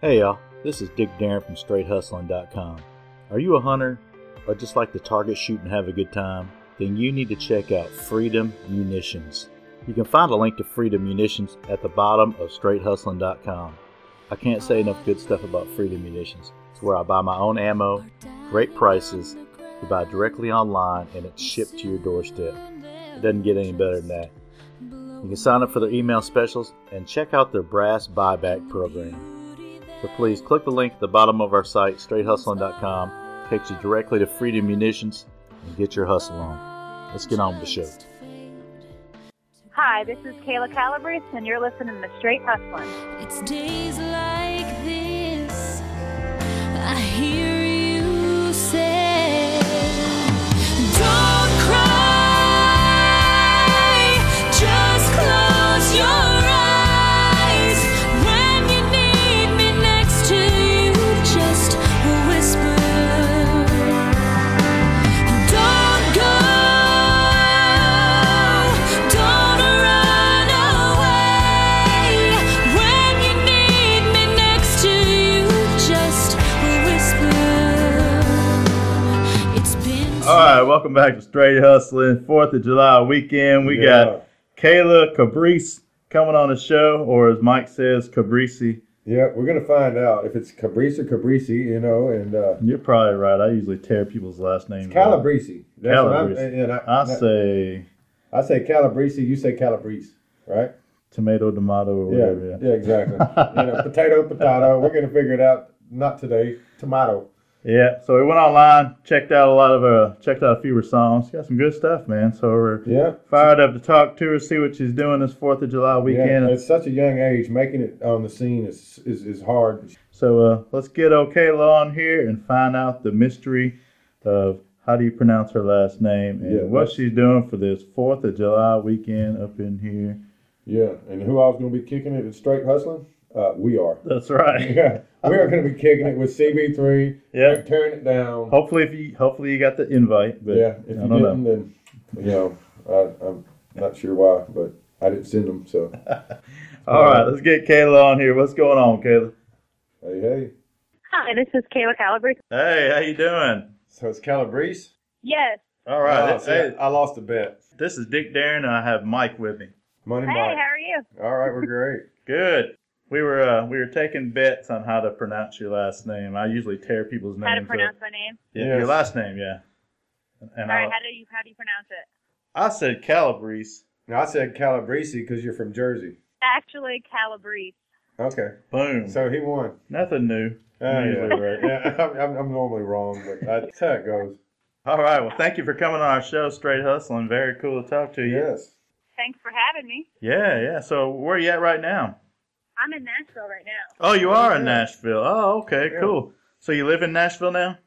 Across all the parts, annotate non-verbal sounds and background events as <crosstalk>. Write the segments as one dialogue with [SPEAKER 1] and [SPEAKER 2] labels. [SPEAKER 1] Hey y'all, this is Dick Darren from StraightHustling.com. Are you a hunter or just like to target shoot and have a good time? Then you need to check out Freedom Munitions. You can find a link to Freedom Munitions at the bottom of StraightHustling.com. I can't say enough good stuff about Freedom Munitions. It's where I buy my own ammo, great prices, you buy directly online, and it's shipped to your doorstep. It doesn't get any better than that. You can sign up for their email specials and check out their brass buyback program. So please click the link at the bottom of our site, straighthustling.com. Takes you directly to Freedom Munitions and get your hustle on. Let's get on with the show.
[SPEAKER 2] Hi, this is Kayla Calabrese, and you're listening to Straight Hustling.
[SPEAKER 3] It's days like this I hear you say, Don't cry, just close your eyes. When you need me next to you, just whisper. Don't go, don't run away. When you need me next to you, just whisper. It's been.
[SPEAKER 4] All right, welcome back to Straight Hustling. Fourth of July weekend. We got Kayla Cabrice coming on the show, or as Mike says, Cabrice.
[SPEAKER 5] Yeah, we're gonna find out if it's Cabrice or Cabrice, you know, and uh,
[SPEAKER 4] You're probably right. I usually tear people's last names.
[SPEAKER 5] it's
[SPEAKER 4] out.
[SPEAKER 5] Calabrese. That's what I'm-
[SPEAKER 4] Calabrese.
[SPEAKER 5] and- and I,
[SPEAKER 4] I say
[SPEAKER 5] I say Calabrese. You say Calabrese, right?
[SPEAKER 4] tomato, tomato, or
[SPEAKER 5] Yeah,
[SPEAKER 4] whatever.
[SPEAKER 5] yeah,
[SPEAKER 4] <laughs>
[SPEAKER 5] exactly. you know, potato, potato. We're gonna figure it out. Not today. Tomato.
[SPEAKER 4] Yeah, so we went online, checked out a lot of uh, checked out a few of her songs. She got some good stuff, man. So we're
[SPEAKER 5] Yeah.
[SPEAKER 4] fired up to talk to her, see what she's doing this Fourth of July
[SPEAKER 5] Yeah,
[SPEAKER 4] weekend.
[SPEAKER 5] at such a young age, making it on the scene is is, is hard.
[SPEAKER 4] so uh, let's get Okayla on here and find out the mystery of how do you pronounce her last name and
[SPEAKER 5] Yeah,
[SPEAKER 4] what
[SPEAKER 5] that's-
[SPEAKER 4] she's doing for this Fourth of July weekend up in here.
[SPEAKER 5] Yeah, and who I was gonna be kicking it at straight hustling? Uh, we are. <laughs>
[SPEAKER 4] That's right.
[SPEAKER 5] Yeah, we are gonna be kicking it with CB3.
[SPEAKER 4] <laughs> Yeah.
[SPEAKER 5] tearing it down.
[SPEAKER 4] Hopefully, if you hopefully you got the invite, but
[SPEAKER 5] yeah,
[SPEAKER 4] I
[SPEAKER 5] if you
[SPEAKER 4] don't know.
[SPEAKER 5] didn't, then you know I, I'm not sure why, but I didn't send them. So
[SPEAKER 4] All right, let's get Kayla on here. What's going on, Kayla?
[SPEAKER 5] hey, hey.
[SPEAKER 2] Hi, this is Kayla Calabrese.
[SPEAKER 4] Hey, how you doing?
[SPEAKER 5] So it's Calabrese.
[SPEAKER 2] Yes.
[SPEAKER 4] All right,
[SPEAKER 5] Oh,
[SPEAKER 4] that's-
[SPEAKER 5] see,
[SPEAKER 4] hey,
[SPEAKER 5] I lost a bet.
[SPEAKER 4] This is Dick Darren, and I have Mike with me.
[SPEAKER 5] Money,
[SPEAKER 2] Hey,
[SPEAKER 5] Mike.
[SPEAKER 2] how are you?
[SPEAKER 5] All right, we're great.
[SPEAKER 4] Good. We were uh, we were taking bets on how to pronounce your last name. I usually tear people's names. uh,
[SPEAKER 2] How to
[SPEAKER 4] up.
[SPEAKER 2] pronounce my name?
[SPEAKER 4] Yeah,
[SPEAKER 5] Yes.
[SPEAKER 4] Your last name, yeah. And
[SPEAKER 2] Sorry,
[SPEAKER 4] I,
[SPEAKER 2] how do you how do you pronounce it?
[SPEAKER 4] I said Calabrese.
[SPEAKER 5] Now I said Calabrese because you're from Jersey.
[SPEAKER 2] Actually, Calabrese.
[SPEAKER 5] Okay,
[SPEAKER 4] Boom.
[SPEAKER 5] so he won.
[SPEAKER 4] Nothing new.
[SPEAKER 5] Oh,
[SPEAKER 4] Usually right.
[SPEAKER 5] yeah, <laughs> I'm, I'm- I'm normally wrong, but I, that's how it goes.
[SPEAKER 4] All right. Well, thank you for coming on our show, Straight Hustling. Very cool to talk to you.
[SPEAKER 5] Yes.
[SPEAKER 2] Thanks for having me.
[SPEAKER 4] Yeah, yeah. So where are you at right now?
[SPEAKER 2] I'm in Nashville right now.
[SPEAKER 4] Oh, you are in
[SPEAKER 5] Yeah.
[SPEAKER 4] Nashville. Oh, okay,
[SPEAKER 5] Yeah.
[SPEAKER 4] cool. So you live in Nashville now?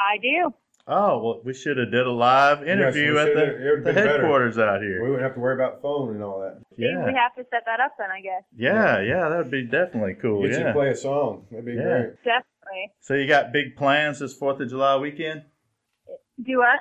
[SPEAKER 2] I do.
[SPEAKER 4] Oh, well, we should have did a live interview
[SPEAKER 5] we
[SPEAKER 4] at
[SPEAKER 5] should have. It
[SPEAKER 4] the,
[SPEAKER 5] would've
[SPEAKER 4] the
[SPEAKER 5] been better.
[SPEAKER 4] headquarters out
[SPEAKER 5] We
[SPEAKER 4] here.
[SPEAKER 5] wouldn't have to worry about phone and all that.
[SPEAKER 4] Yeah.
[SPEAKER 2] We have to set that up then, I guess.
[SPEAKER 4] Yeah, yeah, that'd be definitely cool.
[SPEAKER 5] Get you
[SPEAKER 4] yeah.
[SPEAKER 5] to play a song. That'd be
[SPEAKER 4] Yeah.
[SPEAKER 5] great.
[SPEAKER 2] Definitely.
[SPEAKER 4] So you got big plans this Fourth of July weekend?
[SPEAKER 2] Do what?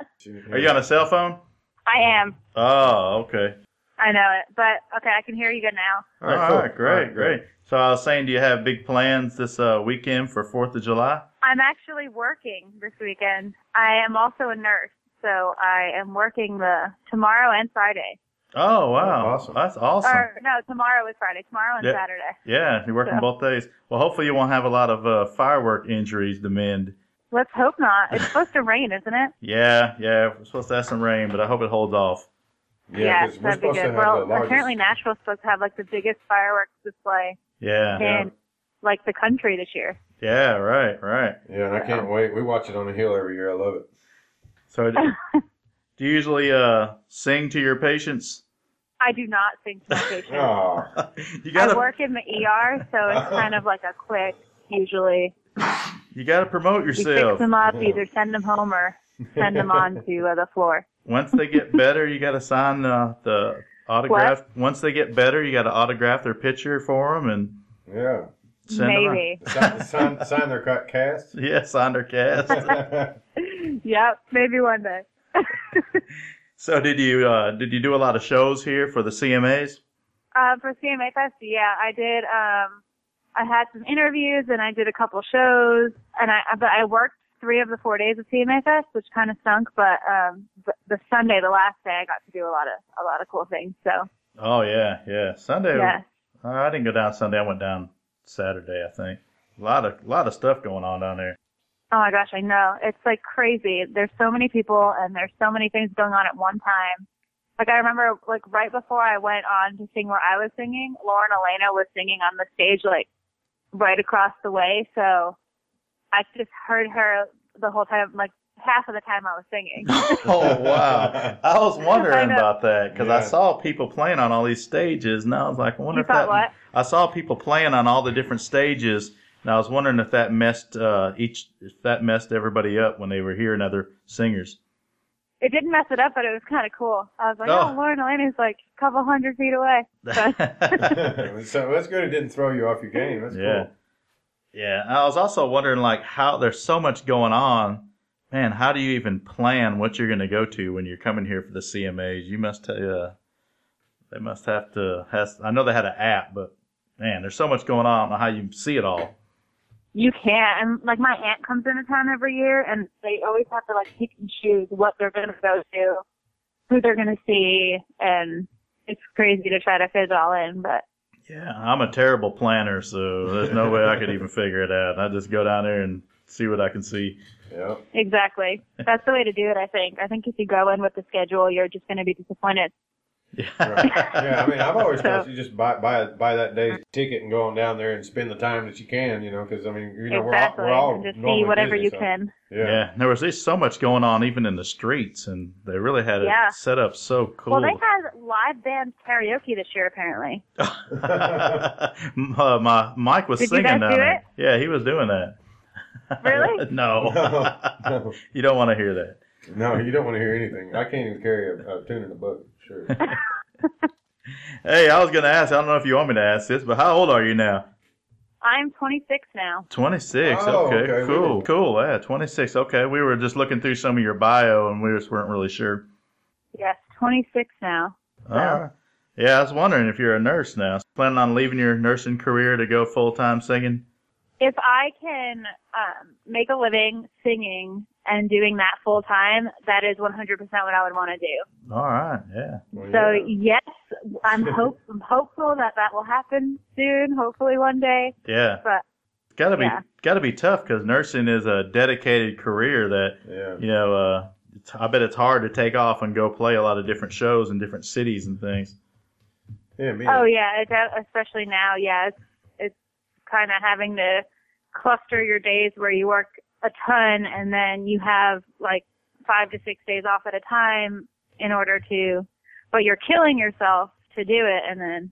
[SPEAKER 4] Are you on a cell phone?
[SPEAKER 2] I am.
[SPEAKER 4] Oh, okay.
[SPEAKER 2] I know it, but okay, I can hear you good now.
[SPEAKER 4] All right,
[SPEAKER 5] cool.
[SPEAKER 4] great,
[SPEAKER 5] All right,
[SPEAKER 4] great. So I was saying, do you have big plans this uh, weekend for Fourth of July?
[SPEAKER 2] I'm actually working this weekend. I am also a nurse, so I am working the tomorrow and Friday.
[SPEAKER 4] Oh, wow,
[SPEAKER 5] awesome.
[SPEAKER 4] That's awesome.
[SPEAKER 2] Or no, tomorrow is Friday. Tomorrow and
[SPEAKER 4] Yeah.
[SPEAKER 2] Saturday.
[SPEAKER 4] Yeah, you're working
[SPEAKER 2] Yeah.
[SPEAKER 4] both days. Well, hopefully you won't have a lot of uh, firework injuries to mend.
[SPEAKER 2] Let's hope not. It's supposed to rain, isn't it?
[SPEAKER 4] Yeah, yeah, we're supposed to have some rain, but I hope it holds off.
[SPEAKER 5] <laughs> Yeah, 'cause we're
[SPEAKER 2] that'd be
[SPEAKER 5] supposed to
[SPEAKER 2] good.
[SPEAKER 5] have
[SPEAKER 2] Well,
[SPEAKER 5] the largest.
[SPEAKER 2] apparently Nashville's supposed to have like the biggest fireworks display
[SPEAKER 4] Yeah, yeah,
[SPEAKER 5] Yeah.
[SPEAKER 2] in like the country this year.
[SPEAKER 4] right, right.
[SPEAKER 5] Yeah, and I can't wait. We watch it on the hill every year. I love it.
[SPEAKER 4] So do, do you usually uh, sing to your patients? <laughs>
[SPEAKER 2] I do not
[SPEAKER 5] <laughs>
[SPEAKER 2] think to my patients.
[SPEAKER 5] Oh,
[SPEAKER 4] you
[SPEAKER 2] I
[SPEAKER 4] gotta
[SPEAKER 2] work in the ER, so
[SPEAKER 5] <laughs>
[SPEAKER 2] it's kind of like a quick. Usually,
[SPEAKER 4] you gotta promote
[SPEAKER 2] you fix
[SPEAKER 4] yourself.
[SPEAKER 2] them up, either send them home
[SPEAKER 5] <laughs>
[SPEAKER 2] or send them on to uh, the floor.
[SPEAKER 4] Once
[SPEAKER 2] <laughs>
[SPEAKER 4] they get better, you got to sign uh, the autograph. Once they get better, you got to autograph their picture for them and <laughs>
[SPEAKER 5] yeah.
[SPEAKER 4] send
[SPEAKER 2] Maybe.
[SPEAKER 5] Sign, sign, sign their cut
[SPEAKER 4] <laughs>
[SPEAKER 5] cast. <laughs>
[SPEAKER 4] them. Out. Yeah, sign
[SPEAKER 2] <laughs>
[SPEAKER 4] their cast.
[SPEAKER 2] Yep, maybe one day.
[SPEAKER 4] so did you uh, did you do a lot of shows here for the CMAs?
[SPEAKER 2] Uh, for CMA Fest, yeah, I did. Um, I had some interviews and I did a couple shows and I, but I worked three of the four days of CMA Fest, which kind of stunk, but, um, the, the Sunday, the last day, I got to do a lot of, a lot of cool things. So
[SPEAKER 4] Oh yeah, yeah. Sunday.
[SPEAKER 2] yeah,
[SPEAKER 4] Uh, I didn't go down Sunday. I went down Saturday. I think. A lot of lot of stuff going on down there.
[SPEAKER 2] Oh my gosh, I know. It's like crazy. There's so many people and there's so many things going on at one time. Like I remember like right before I went on to sing where I was singing, Lauren Elena was singing on the stage like right across the way, so I just heard her the whole time like half of the time I was
[SPEAKER 4] <laughs>
[SPEAKER 2] singing.
[SPEAKER 4] <laughs> oh wow! <laughs> I was
[SPEAKER 2] I
[SPEAKER 4] wondering
[SPEAKER 2] know.
[SPEAKER 4] about that because I
[SPEAKER 5] Yeah.
[SPEAKER 4] saw people playing on all these stages, and I was like, I wonder
[SPEAKER 2] You
[SPEAKER 4] if that.
[SPEAKER 2] thought what?
[SPEAKER 4] I saw people playing on all the different stages, and I was wondering if that messed uh, each if that messed everybody up when they were hearing other singers.
[SPEAKER 2] It didn't mess it up, but it was kind of cool. I was like,
[SPEAKER 4] Oh.
[SPEAKER 2] oh, Lauren Elena's like a couple hundred feet away. But
[SPEAKER 5] so that's good. It didn't throw you off your game. That's
[SPEAKER 4] Yeah.
[SPEAKER 5] cool.
[SPEAKER 4] Yeah, I was also wondering like how there's so much going on. Man, how do you even plan what you're going to go to when you're coming here for the CMAs? You must uh they must have to has I know they had an app, but man, there's so much going on. I don't know how you see it all.
[SPEAKER 2] You can't. And like my aunt comes into town every year, and they always have to like pick and choose what they're gonna go to, who they're gonna see, and it's crazy to try to fit it all in. But
[SPEAKER 4] Yeah, I'm a terrible planner, so there's no way I could <laughs> even figure it out. I just go down there and see what I can <laughs> see.
[SPEAKER 5] Yeah. <laughs>
[SPEAKER 2] exactly, that's the way to do it. I think. I think if you go in with the schedule, you're just gonna be disappointed.
[SPEAKER 5] Right. yeah. I mean, I've always thought
[SPEAKER 2] So-
[SPEAKER 5] you just buy buy buy that day's ticket and go on down there and spend the time that you can. You know, because I mean, you know,
[SPEAKER 2] exactly.
[SPEAKER 5] we're all, we're all
[SPEAKER 2] and just see
[SPEAKER 5] normally
[SPEAKER 2] whatever
[SPEAKER 5] busy,
[SPEAKER 2] you
[SPEAKER 5] so,
[SPEAKER 2] can.
[SPEAKER 5] Yeah.
[SPEAKER 4] Yeah, there was just so much going on even in the streets and they really had it
[SPEAKER 2] Yeah.
[SPEAKER 4] set up so cool.
[SPEAKER 2] Well, they had live band karaoke this year, apparently.
[SPEAKER 4] uh, <laughs> my Mike was
[SPEAKER 2] Did you
[SPEAKER 4] singing
[SPEAKER 2] guys
[SPEAKER 4] down
[SPEAKER 2] do
[SPEAKER 4] there.
[SPEAKER 2] it?
[SPEAKER 4] Yeah, he was doing that. <laughs>
[SPEAKER 2] Really?
[SPEAKER 4] no,
[SPEAKER 5] <laughs> no,
[SPEAKER 4] <laughs> you don't want to hear that.
[SPEAKER 5] no, you don't want to hear anything. I can't even carry a, a tune in a book. Sure.
[SPEAKER 2] <laughs>
[SPEAKER 4] Hey, I was gonna ask. I don't know if you want me to ask this, but how old are you now?
[SPEAKER 2] I'm 26 now.
[SPEAKER 4] Twenty six.
[SPEAKER 5] Oh,
[SPEAKER 4] okay,
[SPEAKER 5] okay, we
[SPEAKER 4] cool,
[SPEAKER 5] didn't-
[SPEAKER 4] cool. Yeah, twenty six. Okay, we were just looking through some of your bio, and we just weren't really sure.
[SPEAKER 2] Yes, 26 now.
[SPEAKER 4] All right. Yeah, I was wondering if you're a nurse now. Planning on leaving your nursing career to go full time singing?
[SPEAKER 2] if I can um, make a living singing and doing that full time, that is 100% what I would want to do.
[SPEAKER 4] All right. Yeah.
[SPEAKER 5] Well,
[SPEAKER 2] So
[SPEAKER 5] yeah.
[SPEAKER 2] yes, I'm hope I'm hopeful that that will happen soon. Hopefully one day.
[SPEAKER 4] Yeah.
[SPEAKER 2] But
[SPEAKER 4] Got to be
[SPEAKER 2] Yeah.
[SPEAKER 4] got to be tough because nursing is a dedicated career that
[SPEAKER 5] Yeah.
[SPEAKER 4] you know, uh, it's, I bet it's hard to take off and go play a lot of different shows in different cities and things.
[SPEAKER 5] Yeah. Me.
[SPEAKER 2] oh yeah, it's, uh, especially now, yeah, it's it's kind of having to cluster your days where you work a ton and then you have like five to six days off at a time in order to, but you're killing yourself to do it and then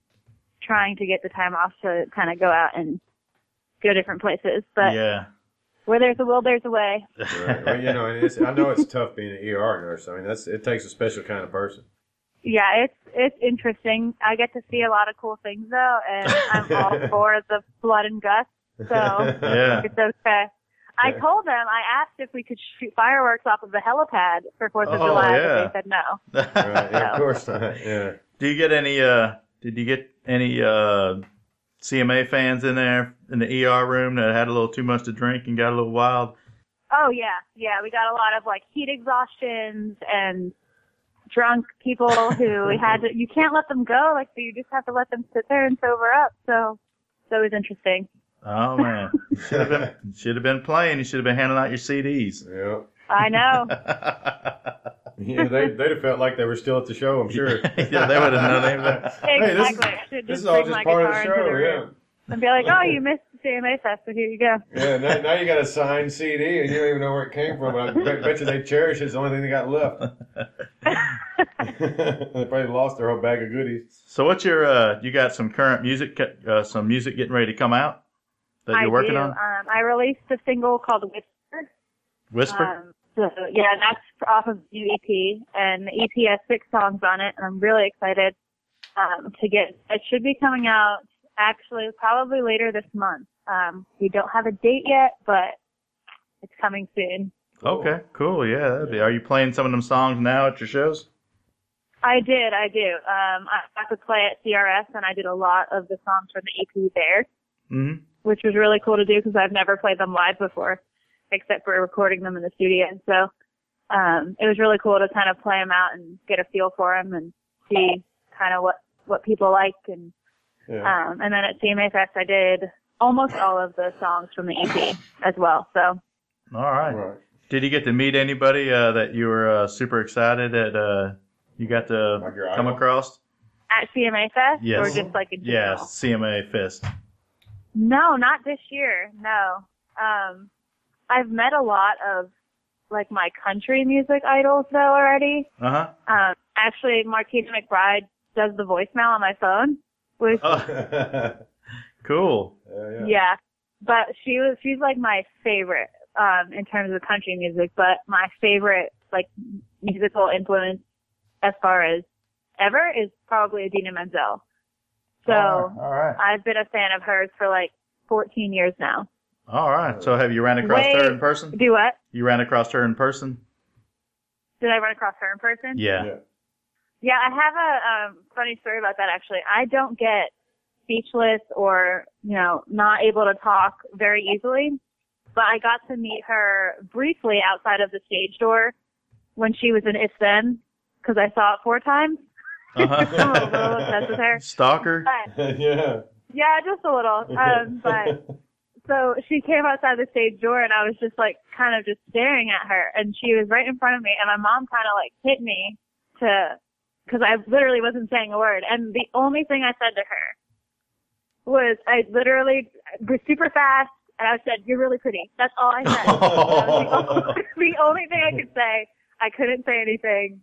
[SPEAKER 2] trying to get the time off to kind of go out and go different places. But
[SPEAKER 4] yeah.
[SPEAKER 2] <laughs> where there's a will, there's a way.
[SPEAKER 5] Right. Well, you know, and it's, I know it's tough being an ER nurse. I mean, that's it takes a special kind of person.
[SPEAKER 2] Yeah, it's it's interesting. I get to see a lot of cool things though, and I'm all for the blood and guts.
[SPEAKER 5] <laughs>
[SPEAKER 2] So
[SPEAKER 4] Yeah.
[SPEAKER 2] It's okay. I
[SPEAKER 5] Yeah.
[SPEAKER 2] told them I asked if we could shoot fireworks off of the helipad for Fourth of
[SPEAKER 4] Oh,
[SPEAKER 2] July,
[SPEAKER 4] yeah.
[SPEAKER 2] but they said no.
[SPEAKER 5] Right, yeah, of course not. Yeah.
[SPEAKER 4] <laughs> Do you get any? Uh, did you get any uh, CMA fans in there in the ER room that had a little too much to drink and got a little wild?
[SPEAKER 2] Oh yeah, yeah. We got a lot of like heat exhaustions and drunk people who
[SPEAKER 5] <laughs>
[SPEAKER 2] we had to. You can't let them go. Like you just have to let them sit there and sober up. So, so it was interesting. <laughs>
[SPEAKER 4] Oh man, should have been should have been playing. You should have been handing out your <laughs> CDs.
[SPEAKER 5] Yeah.
[SPEAKER 2] I know.
[SPEAKER 5] Yeah, they, they'd have felt like they were still at the show, I'm sure.
[SPEAKER 4] <laughs> Yeah, they would have known anything.
[SPEAKER 5] <laughs> Hey, this is-
[SPEAKER 2] exactly. I should just
[SPEAKER 5] This is all
[SPEAKER 2] bring
[SPEAKER 5] just
[SPEAKER 2] my
[SPEAKER 5] part
[SPEAKER 2] guitar
[SPEAKER 5] of the
[SPEAKER 2] into the
[SPEAKER 5] show,
[SPEAKER 2] room and be like,
[SPEAKER 5] <laughs>
[SPEAKER 2] "Oh, you missed the CMA fest, but here you go."
[SPEAKER 5] yeah. Yeah, now, now you got a signed CD and you don't even know where it came from, but I bet, bet you they cherish it. It's the only thing they
[SPEAKER 2] <laughs>
[SPEAKER 5] got left. <laughs> they probably lost their whole bag of goodies.
[SPEAKER 4] So what's your? Uh, you got some current music, uh, some music getting ready to come out that you're
[SPEAKER 2] I
[SPEAKER 4] working
[SPEAKER 2] do.
[SPEAKER 4] on?
[SPEAKER 2] Um, I released a single called "Whisper."
[SPEAKER 4] Whisper.
[SPEAKER 2] Um, so yeah, that's off of new EP, and the EP has six songs on it, and I'm really excited um, to get. It should be coming out actually probably later this month. Um, we don't have a date yet, but it's coming soon.
[SPEAKER 4] Okay, cool. Yeah, that'd be. Are you playing some of them songs now at your shows?
[SPEAKER 2] I did, I do. Um, I got to play at CRS, and I did a lot of the songs from the EP there,
[SPEAKER 4] Mm-hmm.
[SPEAKER 2] which was really cool to do because I've never played them live before, except for recording them in the studio. So um, it was really cool to kind of play them out and get a feel for them and see kind of what what people like. And
[SPEAKER 5] Yeah.
[SPEAKER 2] um, and then at CMA Fest, I did almost all of the songs from the EP as well. So
[SPEAKER 4] All
[SPEAKER 2] Uh,
[SPEAKER 4] right.
[SPEAKER 5] Right. <laughs>
[SPEAKER 4] Did you get to meet anybody uh, that you were uh, super excited at? Uh, you got to
[SPEAKER 5] Like your
[SPEAKER 4] come
[SPEAKER 5] idol?
[SPEAKER 4] across?
[SPEAKER 2] at CMA Fest,
[SPEAKER 4] Yes.
[SPEAKER 2] or just like in general?
[SPEAKER 4] Yeah, CMA Fist.
[SPEAKER 2] No, not this year. No. Um, I've met a lot of like my country music idols though already.
[SPEAKER 4] Uh huh.
[SPEAKER 2] Um, actually, Martina McBride does the voicemail on my phone, which
[SPEAKER 4] Oh, cool.
[SPEAKER 5] yeah.
[SPEAKER 2] yeah. But she was she's like my favorite um, in terms of country music, but my favorite like musical influence as far as ever is probably Adina Menzel. So
[SPEAKER 4] All right.
[SPEAKER 2] I've been a fan of hers for like 14 years now.
[SPEAKER 4] All right. So have you ran across her
[SPEAKER 2] Wait.
[SPEAKER 4] in person?
[SPEAKER 2] Do what?
[SPEAKER 4] You ran across her in person?
[SPEAKER 2] Did I run across her in person?
[SPEAKER 4] Yeah.
[SPEAKER 5] Yeah.
[SPEAKER 2] Yeah, I have a um, funny story about that actually. I don't get speechless or, you know, not able to talk very easily, but I got to meet her briefly outside of the stage door when she was in If Then because I saw it four times. I'm
[SPEAKER 4] Uh-huh.
[SPEAKER 2] <laughs> a little obsessed with her. <laughs>
[SPEAKER 4] Stalker? <laughs>
[SPEAKER 2] But,
[SPEAKER 5] <laughs> yeah.
[SPEAKER 2] yeah, just a little. Um, but so she came outside the stage door and I was just like kind of just staring at her and she was right in front of me and my mom kind of like hit me to, cause I literally wasn't saying a word and the only thing I said to her was I literally was super fast and I said, you're really pretty. That's all I
[SPEAKER 4] <laughs>
[SPEAKER 2] said. That was the, only, <laughs> the only thing I could say. I couldn't say anything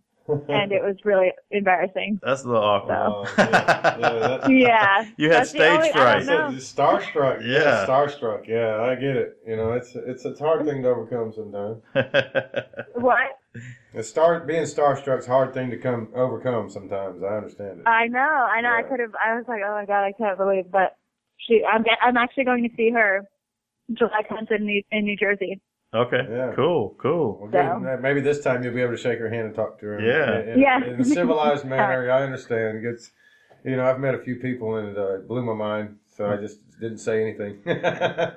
[SPEAKER 2] and it was really
[SPEAKER 4] <laughs>
[SPEAKER 2] embarrassing.
[SPEAKER 4] That's a little awkward.
[SPEAKER 2] <laughs>
[SPEAKER 5] Oh, yeah. Yeah, that-
[SPEAKER 2] Yeah.
[SPEAKER 4] You had
[SPEAKER 2] That's the
[SPEAKER 4] stage
[SPEAKER 2] only- I don't
[SPEAKER 4] fright.
[SPEAKER 5] It's
[SPEAKER 2] know.
[SPEAKER 5] a- it's starstruck.
[SPEAKER 4] Yeah.
[SPEAKER 5] starstruck. Yeah, I get it. You know, it's it's a hard thing to overcome sometimes.
[SPEAKER 2] What?
[SPEAKER 5] It's star being starstruck's a hard thing to come overcome sometimes. I understand it.
[SPEAKER 2] I know, I know. I
[SPEAKER 5] Yeah.
[SPEAKER 2] could have. I was like, oh my god, I can't believe. But she, I'm, get- I'm actually going to see her July 10th in New, in New Jersey.
[SPEAKER 4] <laughs> okay.
[SPEAKER 5] Yeah.
[SPEAKER 4] Cool. Cool.
[SPEAKER 5] Well,
[SPEAKER 2] So-
[SPEAKER 5] good. Maybe this time you'll be able to shake her hand and talk to her. in-
[SPEAKER 4] Yeah.
[SPEAKER 5] In, in-
[SPEAKER 2] Yeah.
[SPEAKER 5] in
[SPEAKER 2] <laughs>
[SPEAKER 5] a civilized manner, I understand. It's, you know, I've met a few people and it uh, blew my mind, so I just didn't say anything.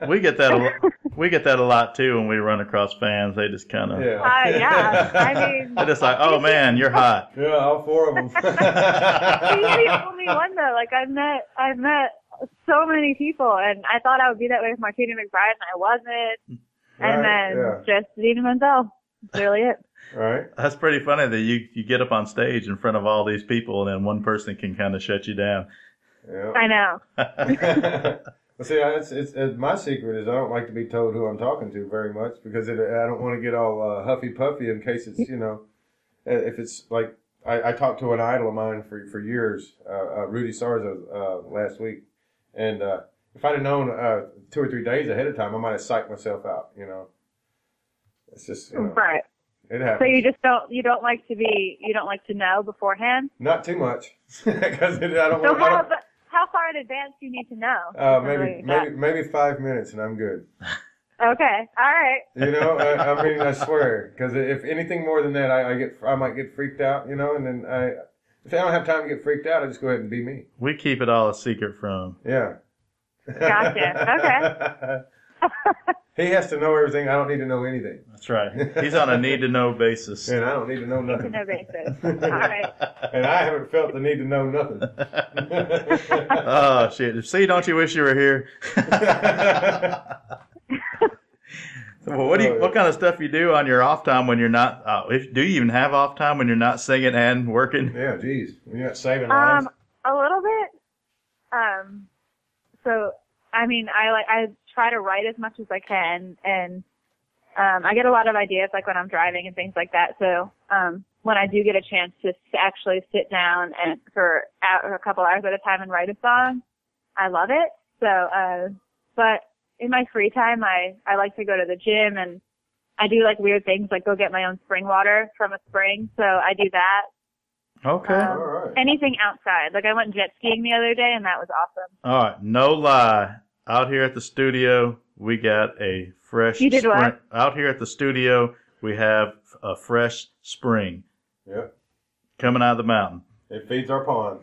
[SPEAKER 5] <laughs>
[SPEAKER 4] We get that
[SPEAKER 2] <laughs>
[SPEAKER 4] a lo- we get that a lot too when we run across fans. They just kind of
[SPEAKER 5] yeah.
[SPEAKER 2] Uh, yeah,
[SPEAKER 5] <laughs>
[SPEAKER 2] I mean,
[SPEAKER 4] they're just like, "Oh man, you're hot."
[SPEAKER 5] Yeah, all four
[SPEAKER 2] <laughs>
[SPEAKER 5] of them.
[SPEAKER 2] she's
[SPEAKER 5] <laughs>
[SPEAKER 2] the only one though. Like I've met, I've met so many people, and I thought I would be that way with Martina McBride, and I wasn't. And
[SPEAKER 5] Right,
[SPEAKER 2] then just Zena Menzel. That's really it.
[SPEAKER 5] right?
[SPEAKER 4] That's pretty funny that you you get up on stage in front of all these people and then one person can kind of shut you down. <laughs>
[SPEAKER 5] Yeah. <laughs>
[SPEAKER 2] I know.
[SPEAKER 5] Well, See, I- it's, it's, uh my secret is I don't like to be told who I'm talking to very much because it, I don't want to get all uh, huffy puffy in case it's you know uh, if it's like I, I talked to an idol of mine for for years, uh, uh, Rudy Sarza, uh, last week, and uh, if I'd have known uh, two or three days ahead of time, I might have psyched myself out. You know, it's just you know,
[SPEAKER 2] Right.
[SPEAKER 5] it
[SPEAKER 2] So
[SPEAKER 5] happens.
[SPEAKER 2] you just don't, you don't like to be, you don't like to know beforehand.
[SPEAKER 5] Not too much <laughs> because I don't
[SPEAKER 2] So
[SPEAKER 5] want. I
[SPEAKER 2] how,
[SPEAKER 5] don't,
[SPEAKER 2] but how far in advance do you need to know?
[SPEAKER 5] uh,
[SPEAKER 2] Something
[SPEAKER 5] maybe
[SPEAKER 2] like that.
[SPEAKER 5] maybe maybe five minutes and I'm good.
[SPEAKER 2] Okay. All right.
[SPEAKER 5] You know, I, I mean, I swear, because if anything more than that, I, I get, I might get freaked out. You know, and then I, if I don't have time to get freaked out, I just go ahead and be me.
[SPEAKER 4] We keep it all a secret from.
[SPEAKER 5] Yeah.
[SPEAKER 2] Gotcha.
[SPEAKER 5] Okay. <laughs> he has to know everything. I don't need to know anything,
[SPEAKER 4] That's right. He's on a need to know basis.
[SPEAKER 5] and I don't need to know
[SPEAKER 2] To
[SPEAKER 5] nothing.
[SPEAKER 2] no basis. All right.
[SPEAKER 5] And I haven't felt the need to know nothing.
[SPEAKER 4] <laughs> Oh shit! See, don't you wish you
[SPEAKER 5] <laughs>
[SPEAKER 4] were here? well,
[SPEAKER 5] Oh,
[SPEAKER 4] what do you, what kind of stuff you do on your off time when you're not? Uh, if, do you even have off time when you're not singing and working?
[SPEAKER 5] yeah, geez, you're not saving lives.
[SPEAKER 2] Um, a little bit. Um, so I mean, I like I try to write as much as I can, and um, I get a lot of ideas like when I'm driving and things like that. So um, when I do get a chance to s- actually sit down and for out a couple hours at a time and write a song, I love it. So, uh, but in my free time, I I like to go to the gym and. I do like weird things, like go get my own spring water from a spring. So I do that.
[SPEAKER 4] Okay.
[SPEAKER 5] All
[SPEAKER 2] Um,
[SPEAKER 5] right.
[SPEAKER 2] anything outside. Like I went jet skiing the other day and that was awesome.
[SPEAKER 4] All right, no lie. Out here at the studio, we got a fresh.
[SPEAKER 2] You did what?
[SPEAKER 4] spring- Out here at the studio, we have a fresh spring
[SPEAKER 5] Yep.
[SPEAKER 2] <laughs>
[SPEAKER 4] coming out of the mountain.
[SPEAKER 5] It feeds our pond.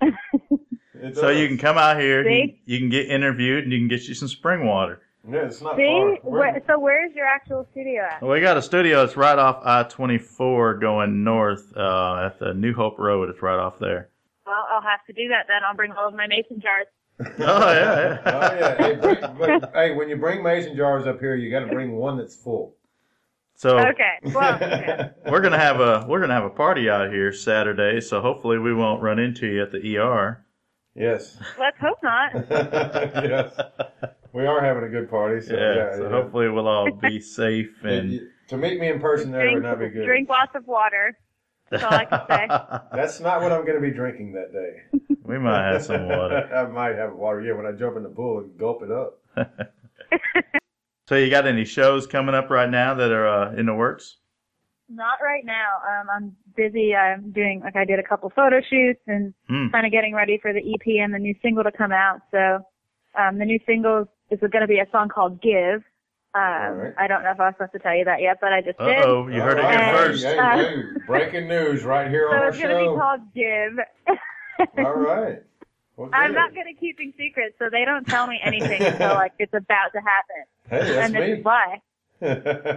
[SPEAKER 5] It
[SPEAKER 4] So
[SPEAKER 5] does.
[SPEAKER 4] you can come out here, you
[SPEAKER 2] See?
[SPEAKER 4] can, you can get interviewed, and you can get you some spring water.
[SPEAKER 5] Yeah, it's not
[SPEAKER 2] See,
[SPEAKER 5] far.
[SPEAKER 2] where, so where's your actual studio at?
[SPEAKER 4] We got a studio that's right off I 24 going north uh, at the New Hope Road. It's right off there. <laughs>
[SPEAKER 2] Well, I'll have to do that then. I'll bring all of my mason jars.
[SPEAKER 4] <laughs> Oh, yeah.
[SPEAKER 5] oh yeah. Hey, bring, but, hey, when you bring mason jars up here, you got to bring one that's full.
[SPEAKER 4] So
[SPEAKER 2] Okay.
[SPEAKER 5] <laughs>
[SPEAKER 2] Well, yeah.
[SPEAKER 4] we're gonna have a we're gonna have a party out here Saturday. So hopefully we won't run into you at the ER.
[SPEAKER 5] yes. <laughs>
[SPEAKER 2] let's hope not.
[SPEAKER 5] yes. We are having a good party. So
[SPEAKER 4] Yeah.
[SPEAKER 5] yeah.
[SPEAKER 4] so
[SPEAKER 5] yeah.
[SPEAKER 4] hopefully we'll all
[SPEAKER 5] <laughs>
[SPEAKER 4] be safe
[SPEAKER 5] Yeah,
[SPEAKER 4] and
[SPEAKER 5] you- to meet me in person there
[SPEAKER 2] drink,
[SPEAKER 5] would not be good.
[SPEAKER 2] drink lots of water. That's all I can
[SPEAKER 4] <laughs>
[SPEAKER 2] say.
[SPEAKER 5] That's not what I'm going to be drinking that day.
[SPEAKER 4] we might have some water.
[SPEAKER 5] <laughs> I might have water. Yeah, when I jump in the pool and gulp it up.
[SPEAKER 4] So you got any shows coming up right now that are uh, in the works?
[SPEAKER 2] Not right now. Um, I'm busy. I'm doing like I did a couple photo shoots and
[SPEAKER 4] Hmm.
[SPEAKER 2] kind of getting ready for the EP and the new single to come out. So um, the new single is going to be a song called "Give." Um,
[SPEAKER 5] right.
[SPEAKER 2] I don't know if I was supposed to tell you that yet, but I just
[SPEAKER 4] Uh
[SPEAKER 2] did.
[SPEAKER 4] oh, you heard it here
[SPEAKER 5] Hey,
[SPEAKER 4] first.
[SPEAKER 5] hey, hey, breaking news right here
[SPEAKER 2] <laughs> So
[SPEAKER 5] on our
[SPEAKER 2] it's going to be
[SPEAKER 5] show.
[SPEAKER 2] called "Give."
[SPEAKER 5] All right. Well,
[SPEAKER 2] I'm
[SPEAKER 5] good.
[SPEAKER 2] not good at keeping secrets, so they don't tell me
[SPEAKER 5] <laughs>
[SPEAKER 2] anything until like it's about to happen.
[SPEAKER 5] Hey,
[SPEAKER 2] and this is
[SPEAKER 5] that's me.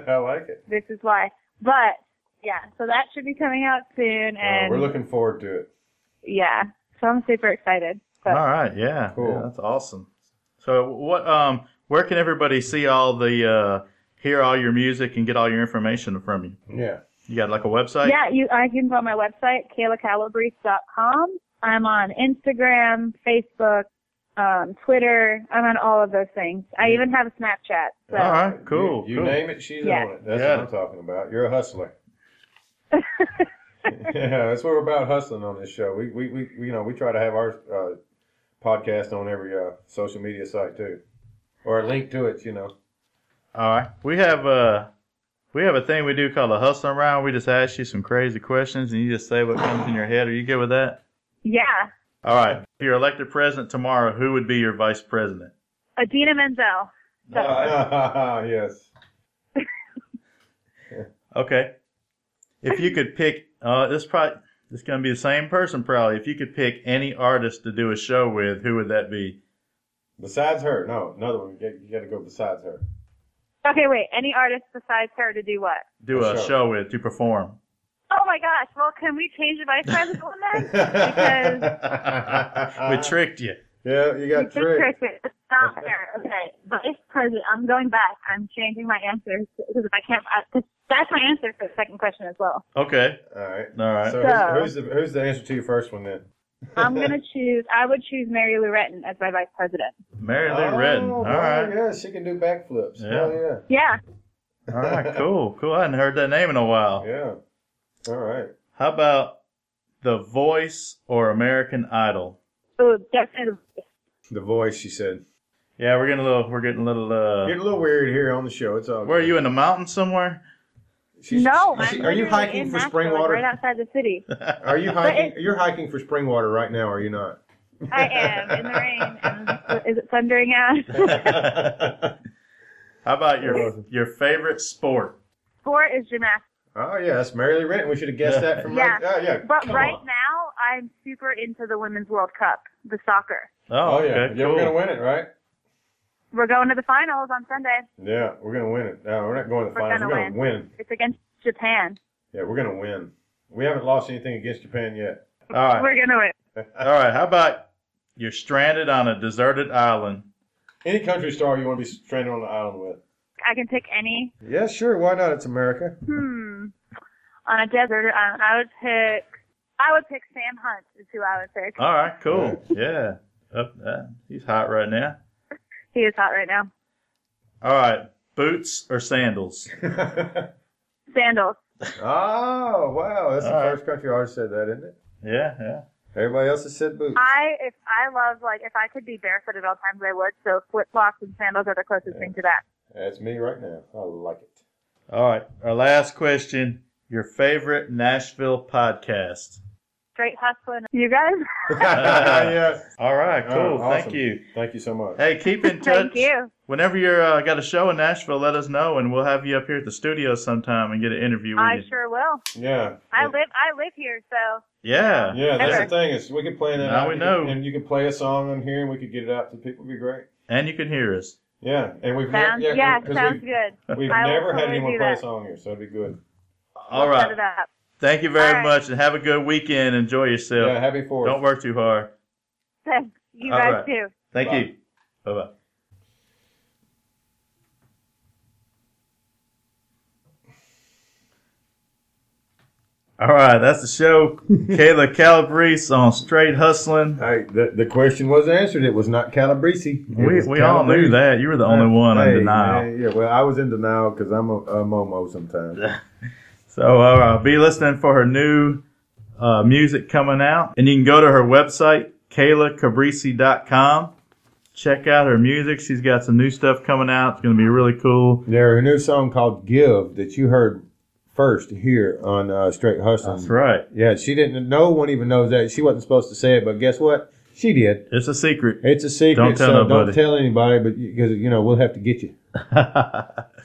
[SPEAKER 2] why.
[SPEAKER 5] <laughs> I like it.
[SPEAKER 2] This is why. But yeah, so that should be coming out soon,
[SPEAKER 5] Uh,
[SPEAKER 2] and
[SPEAKER 5] we're looking forward to it.
[SPEAKER 2] yeah, so I'm super excited. But
[SPEAKER 4] All right, yeah,
[SPEAKER 5] Cool.
[SPEAKER 4] yeah, that's awesome. So what? Um, where can everybody see all the uh, hear all your music and get all your information from you?
[SPEAKER 5] Yeah.
[SPEAKER 4] You got like a website?
[SPEAKER 2] yeah, you I can go on my website kaylacallabrese.com. I'm on Instagram, Facebook, um, Twitter. I'm on all of those things. I even have a Snapchat. So
[SPEAKER 5] Uh-huh.
[SPEAKER 4] All right, cool.
[SPEAKER 5] You, you
[SPEAKER 4] cool.
[SPEAKER 5] name it, she's
[SPEAKER 2] Yeah.
[SPEAKER 5] on it. That's
[SPEAKER 4] Yeah.
[SPEAKER 5] what I'm talking about. You're a hustler. <laughs> yeah, that's what we're about hustling on this show. We, we, we you know, we try to have our uh, podcast on every uh, social media site too, or a link to it. You know.
[SPEAKER 4] All right, we have uh, we have a thing we do called a hustling round. We just ask you some crazy questions and you just say what comes in your head. Are you good with that?
[SPEAKER 2] yeah,
[SPEAKER 4] All right. If you're elected president tomorrow, who would be your vice president?
[SPEAKER 2] Adina Menzel.
[SPEAKER 5] <laughs> yes.
[SPEAKER 4] Okay. If you could pick, uh, this probably it's gonna be the same person probably. If you could pick any artist to do a show with, who would that be?
[SPEAKER 5] Besides her, no, another one. You got- You got to go besides her.
[SPEAKER 2] Okay, wait. Any artist besides her to do what?
[SPEAKER 4] do
[SPEAKER 5] For
[SPEAKER 4] a
[SPEAKER 5] sure.
[SPEAKER 4] show with to <laughs> perform.
[SPEAKER 2] Oh my gosh! Well, can we change the vice president one then? Because
[SPEAKER 4] we tricked you.
[SPEAKER 5] <laughs> yeah, you got
[SPEAKER 2] It's just
[SPEAKER 5] tricked.
[SPEAKER 2] Christmas. It's not fair. Okay, vice president. I'm going back. I'm changing my answer because if I can't, I, 'cause that's my answer for the second question as well.
[SPEAKER 4] Okay.
[SPEAKER 5] All right.
[SPEAKER 4] All right.
[SPEAKER 5] So,
[SPEAKER 2] So-
[SPEAKER 5] Who's, who's the who's the answer to your first one then? <laughs>
[SPEAKER 2] I'm gonna choose. I would choose Mary Lou Retton as my vice president.
[SPEAKER 4] Mary Lou Retton. All
[SPEAKER 5] well,
[SPEAKER 4] right.
[SPEAKER 5] Oh, Yeah, she can do backflips. Oh,
[SPEAKER 4] Yeah.
[SPEAKER 5] Hell
[SPEAKER 2] Yeah,
[SPEAKER 4] All right. Cool. Cool. I hadn't heard that name in a while.
[SPEAKER 5] yeah. Yeah. All right.
[SPEAKER 4] How about The Voice or American Idol?
[SPEAKER 2] oh, definitely.
[SPEAKER 5] The voice, she said.
[SPEAKER 4] Yeah, we're getting a little. We're getting a little.
[SPEAKER 5] Getting a
[SPEAKER 4] Uh,
[SPEAKER 5] little weird here on the show. It's all.
[SPEAKER 4] where are
[SPEAKER 5] good.
[SPEAKER 4] you in the mountain somewhere?
[SPEAKER 5] She's-
[SPEAKER 2] no,
[SPEAKER 5] she-
[SPEAKER 2] I'm
[SPEAKER 5] are you
[SPEAKER 2] literally
[SPEAKER 5] hiking
[SPEAKER 2] in
[SPEAKER 5] for
[SPEAKER 2] Nashville,
[SPEAKER 5] spring
[SPEAKER 2] like,
[SPEAKER 5] water?
[SPEAKER 2] Right outside the
[SPEAKER 5] <laughs>
[SPEAKER 2] city.
[SPEAKER 5] Are you hiking?
[SPEAKER 2] it-
[SPEAKER 5] You're hiking for spring water right now. Are you not?
[SPEAKER 2] I am in the rain. And is it thundering
[SPEAKER 5] <laughs>
[SPEAKER 2] out?
[SPEAKER 4] How about your your favorite sport?
[SPEAKER 2] Sport is gymnastics.
[SPEAKER 5] Oh yeah, that's Mary Lee Renton. We should have guessed that from.
[SPEAKER 2] Yeah.
[SPEAKER 5] Right, oh, yeah.
[SPEAKER 2] But
[SPEAKER 5] Come
[SPEAKER 2] right
[SPEAKER 5] on.
[SPEAKER 2] now, I'm super into the Women's World Cup, the soccer.
[SPEAKER 4] Oh,
[SPEAKER 5] Oh yeah.
[SPEAKER 4] okay.
[SPEAKER 5] yeah,
[SPEAKER 4] cool.
[SPEAKER 5] we're gonna win it, right?
[SPEAKER 2] We're going to the finals on Sunday.
[SPEAKER 5] Yeah, we're gonna win it. No, we're not going to the
[SPEAKER 2] We're
[SPEAKER 5] finals.
[SPEAKER 2] gonna
[SPEAKER 5] We're gonna win.
[SPEAKER 2] It's against Japan.
[SPEAKER 5] Yeah, we're gonna win. We haven't lost anything against Japan yet.
[SPEAKER 4] All right.
[SPEAKER 2] We're gonna win.
[SPEAKER 4] All right. How about you're stranded on a deserted island?
[SPEAKER 5] Any country star you want to be stranded on the island with?
[SPEAKER 2] I can pick any.
[SPEAKER 5] Yeah, sure. Why not? It's America.
[SPEAKER 2] Hmm. On a desert island, I would pick. I would pick Sam Hunt is who I would pick.
[SPEAKER 4] All right. Cool. Yeah. Up, uh, he's hot right now.
[SPEAKER 2] He is hot right now.
[SPEAKER 4] All right, boots or sandals?
[SPEAKER 2] Sandals.
[SPEAKER 5] <laughs> oh wow, that's the
[SPEAKER 4] All right.
[SPEAKER 5] first country artist said that, isn't it?
[SPEAKER 4] Yeah, yeah.
[SPEAKER 5] Everybody else has said boots.
[SPEAKER 2] I if I love like if I could be barefoot at all times I would. So flip flops and sandals are the closest thing to that.
[SPEAKER 5] That's me right now. I like it.
[SPEAKER 4] All right, our last question: Your favorite Nashville podcast?
[SPEAKER 2] straight hustling. You guys, <laughs>
[SPEAKER 5] <laughs> yeah.
[SPEAKER 4] <laughs> All right,
[SPEAKER 5] Oh,
[SPEAKER 4] <laughs> cool. Thank
[SPEAKER 5] awesome.
[SPEAKER 4] you.
[SPEAKER 5] Thank you so much.
[SPEAKER 4] Hey, keep in touch.
[SPEAKER 2] thank you.
[SPEAKER 4] Whenever you're uh, got a show in Nashville, let us know, and we'll have you up here at the studio sometime and get an interview with
[SPEAKER 2] I
[SPEAKER 4] you.
[SPEAKER 2] sure will.
[SPEAKER 5] Yeah.
[SPEAKER 2] I live I live here, so
[SPEAKER 4] Yeah.
[SPEAKER 5] Yeah, that's
[SPEAKER 2] Never.
[SPEAKER 5] the thing is we could play that.
[SPEAKER 4] Now
[SPEAKER 5] out,
[SPEAKER 4] we
[SPEAKER 5] you
[SPEAKER 4] know.
[SPEAKER 5] could- and you could play a song on here, and we could get it out to people. It'd be great.
[SPEAKER 4] And you can hear us.
[SPEAKER 5] Yeah, and we've
[SPEAKER 2] sounds
[SPEAKER 5] never,
[SPEAKER 2] yeah,
[SPEAKER 5] 'cause
[SPEAKER 2] sounds
[SPEAKER 5] we've,
[SPEAKER 2] good.
[SPEAKER 5] we've
[SPEAKER 2] I will
[SPEAKER 5] never had
[SPEAKER 2] totally
[SPEAKER 5] anyone
[SPEAKER 2] do
[SPEAKER 5] play a
[SPEAKER 2] that.
[SPEAKER 5] song here, so it'd be good.
[SPEAKER 4] All
[SPEAKER 2] We'll set
[SPEAKER 4] right.
[SPEAKER 2] it up. <laughs>
[SPEAKER 4] Thank you very
[SPEAKER 2] All right.
[SPEAKER 4] much, and have a good weekend. Enjoy
[SPEAKER 5] Yeah,
[SPEAKER 4] yourself.
[SPEAKER 5] happy 4th
[SPEAKER 4] Don't work too hard.
[SPEAKER 2] Thanks. You
[SPEAKER 4] All
[SPEAKER 2] guys
[SPEAKER 4] right.
[SPEAKER 2] too.
[SPEAKER 4] Thank
[SPEAKER 5] Bye.
[SPEAKER 4] you. Bye bye. All right, that's
[SPEAKER 5] <laughs>
[SPEAKER 4] the show. Kayla Calabrese on Straight Hustling.
[SPEAKER 5] Hey, the, the question was answered. It was not Calabrese. It
[SPEAKER 4] We,
[SPEAKER 5] was
[SPEAKER 4] we all knew
[SPEAKER 5] Calabrese.
[SPEAKER 4] that. You were the only one in
[SPEAKER 5] Hey,
[SPEAKER 4] denial.
[SPEAKER 5] man, yeah, well, I was in denial because I'm a, a Momo sometimes.
[SPEAKER 4] So uh, be listening for her new uh, music coming out. And you can go to her website, kaylacabrisi.com. Check out her music. She's got some new stuff coming out. It's going to be really cool.
[SPEAKER 5] There, a new song called "Give" that you heard first here on uh, Straight Hustling.
[SPEAKER 4] That's right.
[SPEAKER 5] Yeah, she didn't. No one even knows that. She wasn't supposed to say it, but guess what? She did.
[SPEAKER 4] It's a secret.
[SPEAKER 5] It's a secret.
[SPEAKER 4] Don't tell
[SPEAKER 5] so
[SPEAKER 4] nobody.
[SPEAKER 5] Don't tell anybody, but because you know we'll have to
[SPEAKER 4] <laughs>
[SPEAKER 5] get you.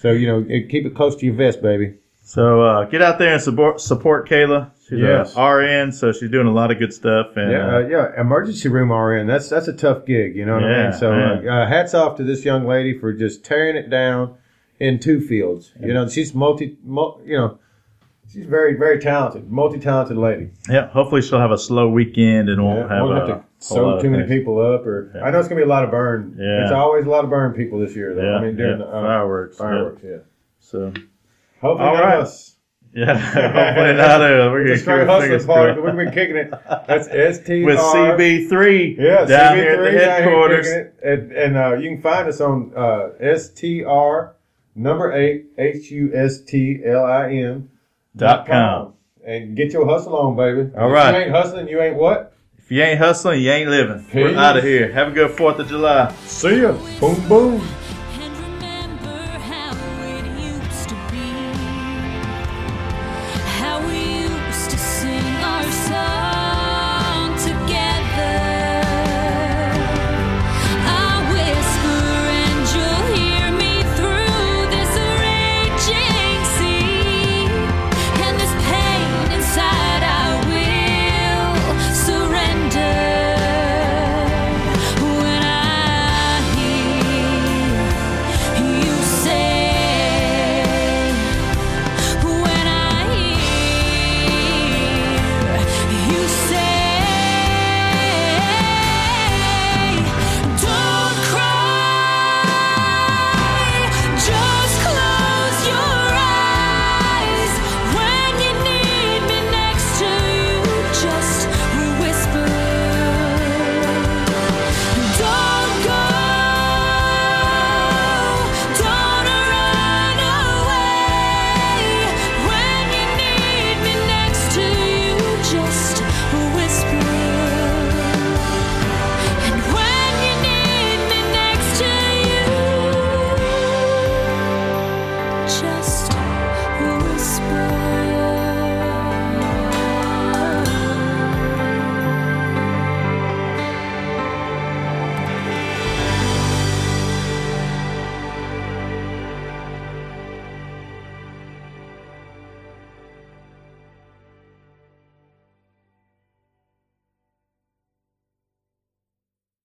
[SPEAKER 5] So you know, it- keep it close to your vest, baby.
[SPEAKER 4] so uh, get out there and support, support Kayla. She's
[SPEAKER 5] Yes.
[SPEAKER 4] a RN, so she's doing a lot of good stuff. And
[SPEAKER 5] Yeah,
[SPEAKER 4] uh,
[SPEAKER 5] uh, yeah. Emergency room RN. That's that's a tough gig. You know what I
[SPEAKER 4] Yeah,
[SPEAKER 5] mean? So
[SPEAKER 4] man.
[SPEAKER 5] uh, uh, hats off to this young lady for just tearing it down in two fields. You know, she's multi, mul you know, she's very very talented, multi talented lady.
[SPEAKER 4] yeah, hopefully she'll have a slow weekend and won't
[SPEAKER 5] Yeah,
[SPEAKER 4] have,
[SPEAKER 5] won't
[SPEAKER 4] a
[SPEAKER 5] have to
[SPEAKER 4] whole lot
[SPEAKER 5] sew
[SPEAKER 4] of
[SPEAKER 5] too many
[SPEAKER 4] things.
[SPEAKER 5] people up, or I know it's gonna be a lot of burn.
[SPEAKER 4] Yeah.
[SPEAKER 5] It's always a lot of burn people this year, though.
[SPEAKER 4] Yeah,
[SPEAKER 5] I mean, during
[SPEAKER 4] yeah.
[SPEAKER 5] the uh,
[SPEAKER 4] Fireworks, yeah.
[SPEAKER 5] fireworks, yeah.
[SPEAKER 4] So
[SPEAKER 5] Hopefully,
[SPEAKER 4] All
[SPEAKER 5] none of
[SPEAKER 4] right. <laughs>
[SPEAKER 5] us. <laughs>
[SPEAKER 4] yeah, hopefully not. Uh, we're
[SPEAKER 5] It's a straight
[SPEAKER 4] gonna keep our fingers
[SPEAKER 5] hustling party.
[SPEAKER 4] crossed.
[SPEAKER 5] We've been kicking it.
[SPEAKER 4] <laughs>
[SPEAKER 5] That's STR.
[SPEAKER 4] with CB3
[SPEAKER 5] Yeah, CB3
[SPEAKER 4] down here at the
[SPEAKER 5] down here
[SPEAKER 4] headquarters.
[SPEAKER 5] kicking it. and and uh, you can find us on uh, STR number eight H U S T L I N
[SPEAKER 4] Dot com.
[SPEAKER 5] and get your hustle on, baby.
[SPEAKER 4] All
[SPEAKER 5] if
[SPEAKER 4] right.
[SPEAKER 5] you ain't hustling, you ain't what?
[SPEAKER 4] If you ain't hustling, you ain't living. We're
[SPEAKER 5] Peace.
[SPEAKER 4] out of here. Have a good 4th of July.
[SPEAKER 5] See ya. Boom boom.